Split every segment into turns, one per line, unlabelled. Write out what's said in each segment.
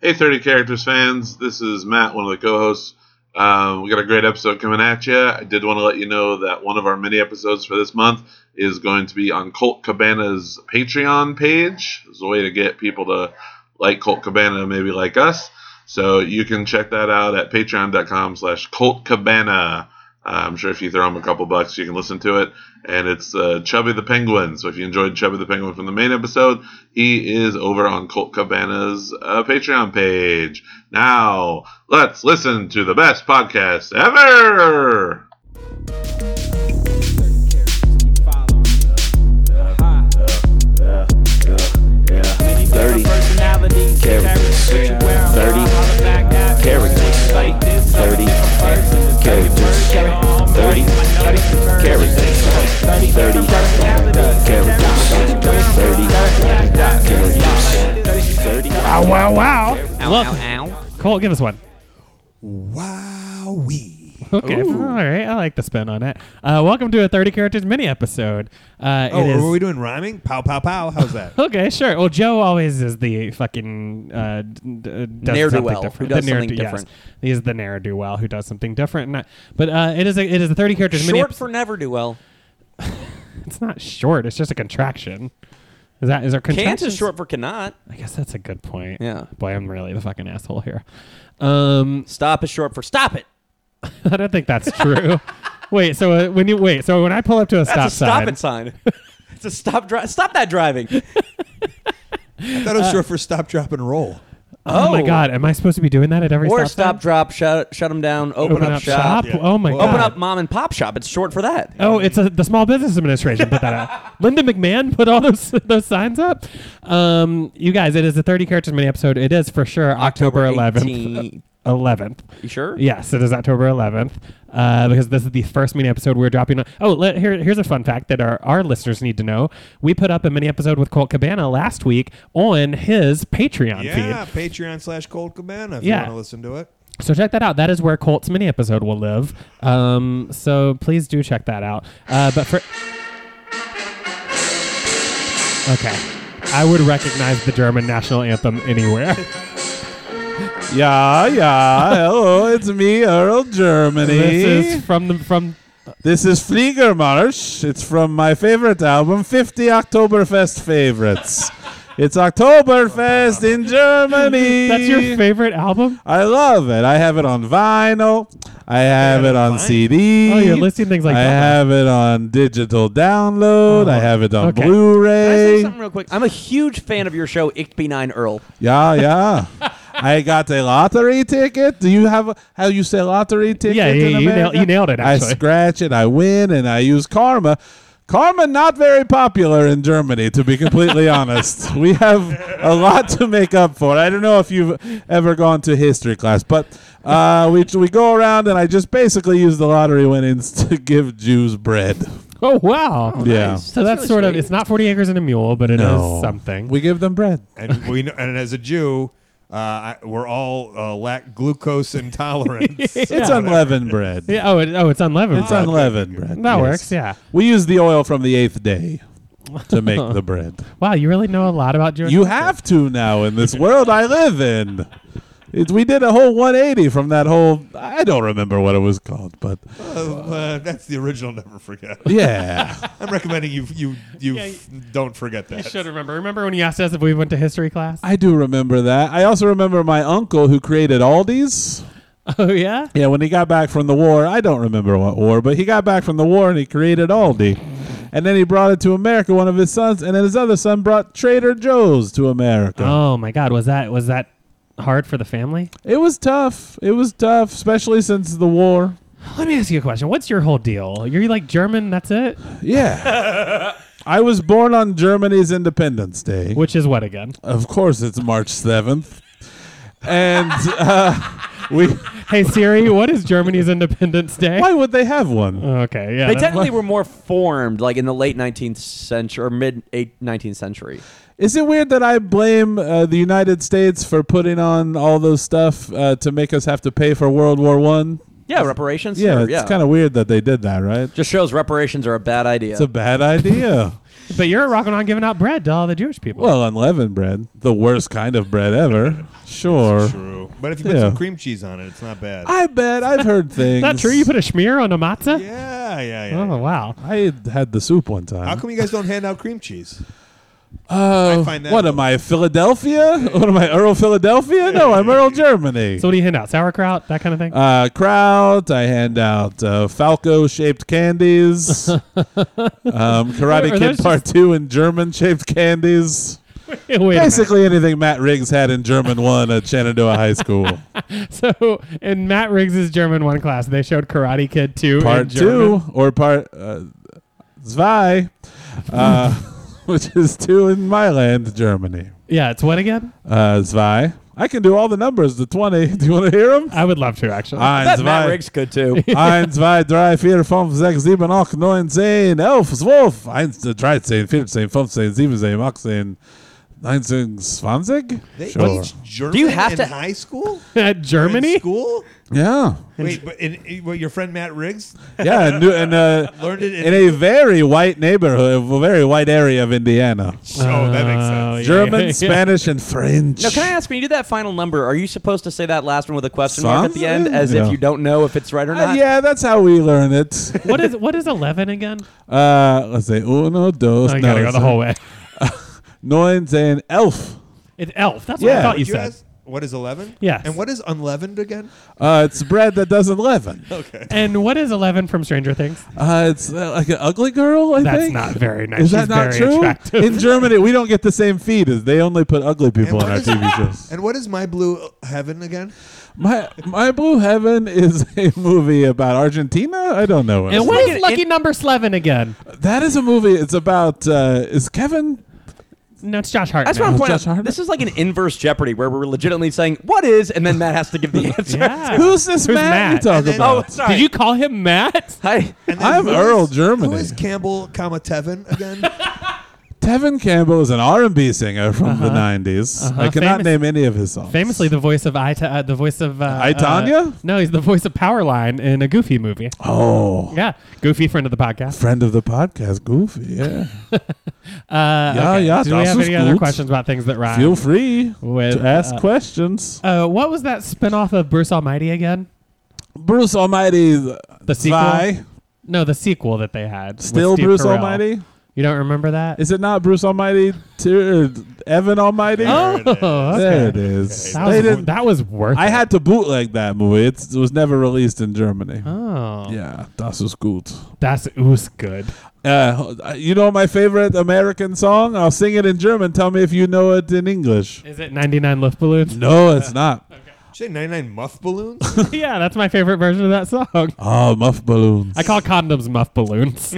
Hey, 30 Characters fans, this is Matt, one of the co hosts. Um, we got a great episode coming at you. I did want to let you know that one of our mini episodes for this month is going to be on Colt Cabana's Patreon page. It's a way to get people to like Colt Cabana, maybe like us. So you can check that out at patreon.com slash Colt Cabana. Uh, I'm sure if you throw him a couple bucks, you can listen to it. And it's uh, Chubby the Penguin. So if you enjoyed Chubby the Penguin from the main episode, he is over on Colt Cabana's uh, Patreon page. Now, let's listen to the best podcast ever.
Thirty characters. Thirty characters. Thirty characters. Thirty characters. Thirty characters. Thirty characters. Thirty.
Ow, wow, wow.
Welcome. Cole, give us one.
Wowee.
Okay. All right. I like the spin on it. Uh, welcome to a 30 characters mini episode. Uh,
Oh,
it is.
were we doing rhyming? Pow, pow, pow. How's that?
Okay, sure. Well, Joe always is the fucking uh, d- d- does
Ne'er-do-well
something
who
different.
does
the ne'er-
something
yes.
different.
He is the ne'er do well who does something different. And I- but uh, it is a it is a thirty characters mini.
Short
episode.
for never do well.
it's not short. It's just a contraction. Is that is our contraction?
Can't is short for cannot.
I guess that's a good point.
Yeah.
Boy, I'm really the fucking asshole here. Um,
Stop is short for stop it.
I don't think that's true. wait. So uh, when you wait, so when I pull up to a stop
That's
sign,
a stop it sign. it's a stop dri- Stop that driving.
I thought it was short for stop, drop, and roll.
Oh, my God! Am I supposed to be doing that at every
Or
stop?
stop,
sign?
drop, shut, shut them down, open,
Open up shop.
Yeah.
Oh my God!
Open up mom and pop shop. It's short for that.
Oh, it's a, the Small Business Administration put that out. Linda McMahon put all those those signs up. Um, you guys, it is a 30 characters mini episode. It is for sure October,
October
11th.
18.
11th.
You sure?
Yes, it is October 11th uh, because this is the first mini episode we're dropping. On. Oh, let, here, here's a fun fact that our, our listeners need to know. We put up a mini episode with Colt Cabana last week on his Patreon
Yeah,
feed.
Patreon slash Cold Cabana if you
Yeah.
want to listen to it.
So check that out. That is where Colt's mini episode will live. Um, so please do check that out. Uh, but for okay, I would recognize the German national anthem anywhere.
Yeah, yeah. Hello, it's me, Earl Germany.
this is from the from.
this is Fliegermarsch. It's from my favorite album, 50 Oktoberfest Favorites. it's Oktoberfest in Germany.
That's your favorite album?
I love it. I have it on vinyl. I have
it
it
on
on
vinyl.
CD.
Oh, you're listing things like
I
that.
have it on digital download. I have it on
okay.
Can I say
Blu-ray.
something real quick? I'm a huge fan of your show, Ich bin ein Earl.
Yeah, yeah. I got a lottery ticket. Do you have a, how you say lottery ticket?
Yeah, yeah,
in
you nail-
America?
you nailed it,
I
actually.
scratch it, I win, and I use karma. Karma not very popular in Germany, to be completely honest. We have a lot to make up for. I don't know if you've ever gone to history class, but uh, we we go around and I just basically use the lottery winnings to give Jews bread.
Oh wow!
yeah,
So that's, sort of it's not forty acres and a mule, but it is
No.
something.
we give them bread.
And we know, and as a Jew, uh, I, we're all uh, lack glucose intolerance.
It's unleavened bread.
yeah. Oh, it, oh, it's unleavened.
It's
bread.
unleavened bread.
That
yes.
works. Yeah.
We use the oil from the eighth day to make the bread.
Wow, you really know a lot about Jewish.
You have to now in this world I live in. It, we did a whole 180 from that whole. I don't remember what it was called, but
Uh, uh, that's the original. Never forget.
yeah,
I'm recommending you you you
Yeah,
f- don't forget that.
Should remember. Remember when you asked us if we went to history class?
I do remember that. I also remember my uncle who created Aldi's.
Oh yeah.
Yeah, when he got back from the war, I don't remember what war, but he got back from the war and he created Aldi. And then he brought it to America, one of his sons, and then his other son brought Trader Joe's to America.
Oh my God, was that was that hard for the family?
It was tough. It was tough, especially since the war.
Let me ask you a question. What's your whole deal? You're like German. That's it.
Yeah. I was born on Germany's Independence Day.
Which is what again?
Of course, it's March 7th. And uh, we
Hey Siri, what is Germany's Independence Day?
why would they have one?
Okay, yeah.
They
that-
technically were more formed like in the late 19th century or mid eight- 19th century.
Is it weird that I blame uh, the United States for putting on all those stuff uh, to make us have to pay for World War One?
Yeah, reparations.
Yeah,
sure,
it's
yeah.
kind of weird that they did that, right?
just shows reparations are a bad idea.
It's a bad idea.
But you're rocking on giving out bread to all the Jewish people.
Well, unleavened bread, the worst kind of bread ever. Sure.
True. But if you put
Yeah.
some cream cheese on it, it's not bad.
I bet I've heard things.
is that true? You put a smear on a matzah?
yeah, yeah, yeah.
Oh wow!
I had the soup one time.
How come you guys don't hand out cream cheese?
Uh,
Oh.
I find that
what am I, Philadelphia? What am I, Earl Philadelphia? No, I'm Earl Germany.
So what do you hand out? Sauerkraut, that kind of thing.
uh, kraut. I hand out uh, Falco-shaped candies. um,
Are-
Karate
are those
Kid
just-
Part Two and German-shaped candies.
Wait a minute.
Basically, anything Matt Riggs had in German one at Shenandoah High School.
So in Matt Riggs' German one class, they showed Karate Kid two. in
part
German.
two or part uh, zwei, uh, which is two in my land, Germany.
Yeah, it's what again?
Uh, zwei. I can do all the numbers to twenty. Do you want to hear them?
I would love to actually.
Uh,
That Matt Riggs could too.
Eins, zwei, drei, vier, fünf, sechs, sieben, acht, neun, zehn, elf, zwölf, eins, äh, dreizehn, vierzehn, fünfzehn, siebzehn, achtzehn, nineteen, zwanzig.
They
Sure.
teach German
Do you have
in
to-
high school?
At
Or in
Germany.
school?
Yeah,
Wait, but in, in- well, your friend Matt Riggs
yeah, and, and uh,
learned it in.
in a very white neighborhood, a very white area of Indiana.
oh, that makes
Oh,
sense.
yeah,
German,
yeah, yeah.
Spanish, and French.
Now, can I ask when you do that final number? Are you supposed to say that last one with a question mark at the end,
Something?
as
Yeah.
if you don't know if it's right or
Uh,
not?
yeah, that's how we learn it.
What is what is eleven again?
Uh, let's say uno, dos,
Oh, you
no,
gotta go the whole way.
neun, zehn, elf.
It's elf. That's what I
Yeah.
thought you
You
said.
ask, what is 11?
Yes.
And what is unleavened again?
Uh, it's bread that doesn't leaven.
Okay.
And what is eleven from Stranger Things?
Uh, it's uh, like an ugly girl, I
That's
think.
not very nice.
Is that
She's
not
very
true?
attractive.
In Germany, we don't get the same feed as they only put ugly people
And
on
what
our
is-
TV shows.
And what is my blue heaven again?
My My Blue Heaven is a movie about Argentina. I don't know. What
And
it's
what
Like
is
it-
lucky
it-
number eleven again?
about. That is a movie. It's about uh, is Kevin
No, it's Josh Hartnett.
That's what I'm
Josh
pointing
Hartnett?
out. This is like an inverse Jeopardy where we're legitimately saying, what is? And then Matt has to give the answer.
Yeah.
Who's this
Who's
man you
Matt?
talk
And then-
Oh,
about?
sorry.
Did you call him Matt?
Hi.
And
I'm
who
Earl
is-
Germany.
Who is Campbell, comma Tevin again?
Tevin Campbell is an R&B singer from the 90s. I cannot
Uh-huh. Famous-
name any of his songs.
Famously, the voice of I, uh, the voice of uh,
I, Tanya?
uh, no, he's the voice of Powerline in a Goofy movie.
Oh,
Yeah, Goofy friend of the podcast.
friend of the podcast, Goofy. Yeah.
Uh,
Yeah,
okay.
yeah,
Do we
das
have
ist
any other
gut.
questions about things that rhyme?
Feel free
With,
to ask
uh,
questions.
Uh, what was that spinoff of Bruce Almighty again?
Bruce Almighty.
The sequel?
Zwei.
No, the sequel that they had. with
Still
Steve
Bruce
Carell.
Almighty?
You don't remember that?
Is it not Bruce Almighty to or Evan Almighty?
oh,
There it is.
okay.
There it is.
That
They
was,
didn't-
that was worth
I
it.
had to bootleg that movie. It's, it was never released in Germany.
Oh,
Yeah, das ist gut.
that's was good.
Uh, you know my favorite American song? I'll sing it in German. Tell me if you know it in English.
Is it 99 Luft Balloons?
No, it's not.
Did you say 99 muff balloons?
yeah, that's my favorite version of that song.
Oh, muff balloons.
I call condoms muff balloons.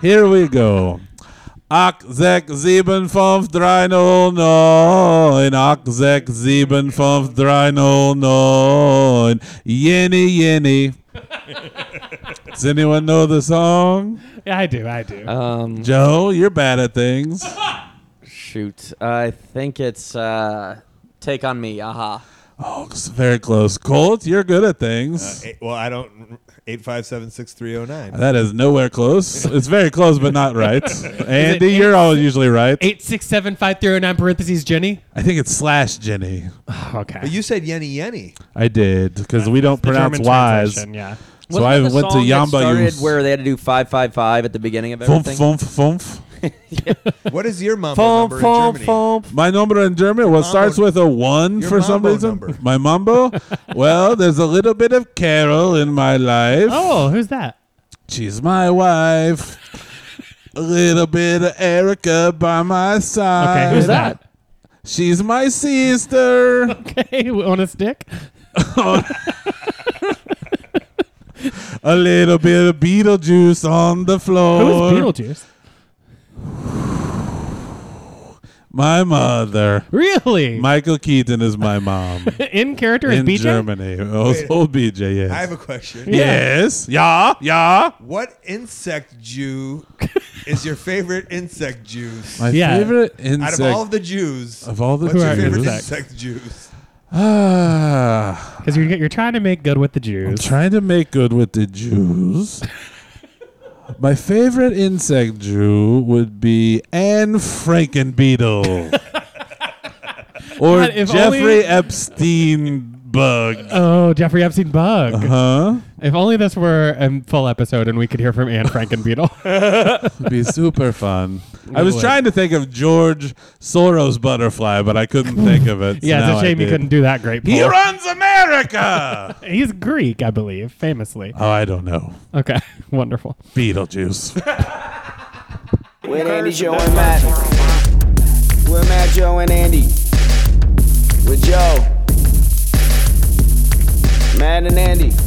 Here we go. Acht, sechs, sieben, fünf, drei, null, neun. Acht, sechs, sieben, fünf, drei, null, neun. Yenny, yenny. Does anyone know the song?
yeah, I do. I do.
Uh.
Um,
Joe, you're bad at things.
shoot. I think it's uh, Take On Me. Aha.
Oh, it's very close. Colt, you're good at
Uh,
things.
eight, well, I don't. 8576309.
That is nowhere close. It's very close, but not right. Andy, you're all usually right.
8675309 parentheses Jenny.
I think it's slash Jenny.
Okay.
But you said yenny yenny.
I did because we don't
The
pronounce
German
Y's.
translation, Yeah.
So I
Wasn't it the
went to
song that
Yamba.
started
Yus.
where they had to do 555 at the beginning of
Fumf,
everything.
fumf, fumf.
What is your mumble
Fump,
number
fump,
in Germany?
fump.
My number in German well, it starts
mambo-
with a one
your
for some
mambo
reason.
number.
My mambo. well, there's a little bit of Carol in my life.
Oh, who's that?
She's my wife. a little bit of Erica by my side.
Okay, who's that?
She's my sister.
Okay, on a stick.
a little bit of Beetlejuice on the floor.
Who's Beetlejuice?
my mother.
Really?
Michael Keaton is my mom.
in character is
in
BJ.
Germany. Oh, Also BJ, yes.
I have a question.
Yes. Yeah. Yeah.
What insect Jew is your favorite insect juice?
My
Yeah.
favorite
Out
insect.
of all of the Jews,
Of all the
what's your
Jews.
favorite
Insect.
insect juice?
Ah,
Because you're, you're trying to make good with the
I'm
Jews.
trying to make good with the Jews. My favorite insect, Drew, would be Anne Frankenbeetle. or
God, if
Jeffrey
only-
Epstein bug.
Oh, Jeffrey Epstein bug.
Huh?
If only this were a full episode and we could hear from Anne Frankenbeetle.
It'd be super fun. I was
would.
trying to think of George Soros butterfly, but I couldn't think of it.
yeah,
Now
it's
I
a shame you
did.
couldn't do that great.
He
poll.
runs America.
He's Greek, I believe, famously.
oh, I don't know.
Okay, wonderful.
Beetlejuice.
With Andy, Joe, and Matt. With Matt, Joe, and Andy. With Joe. Matt and Andy.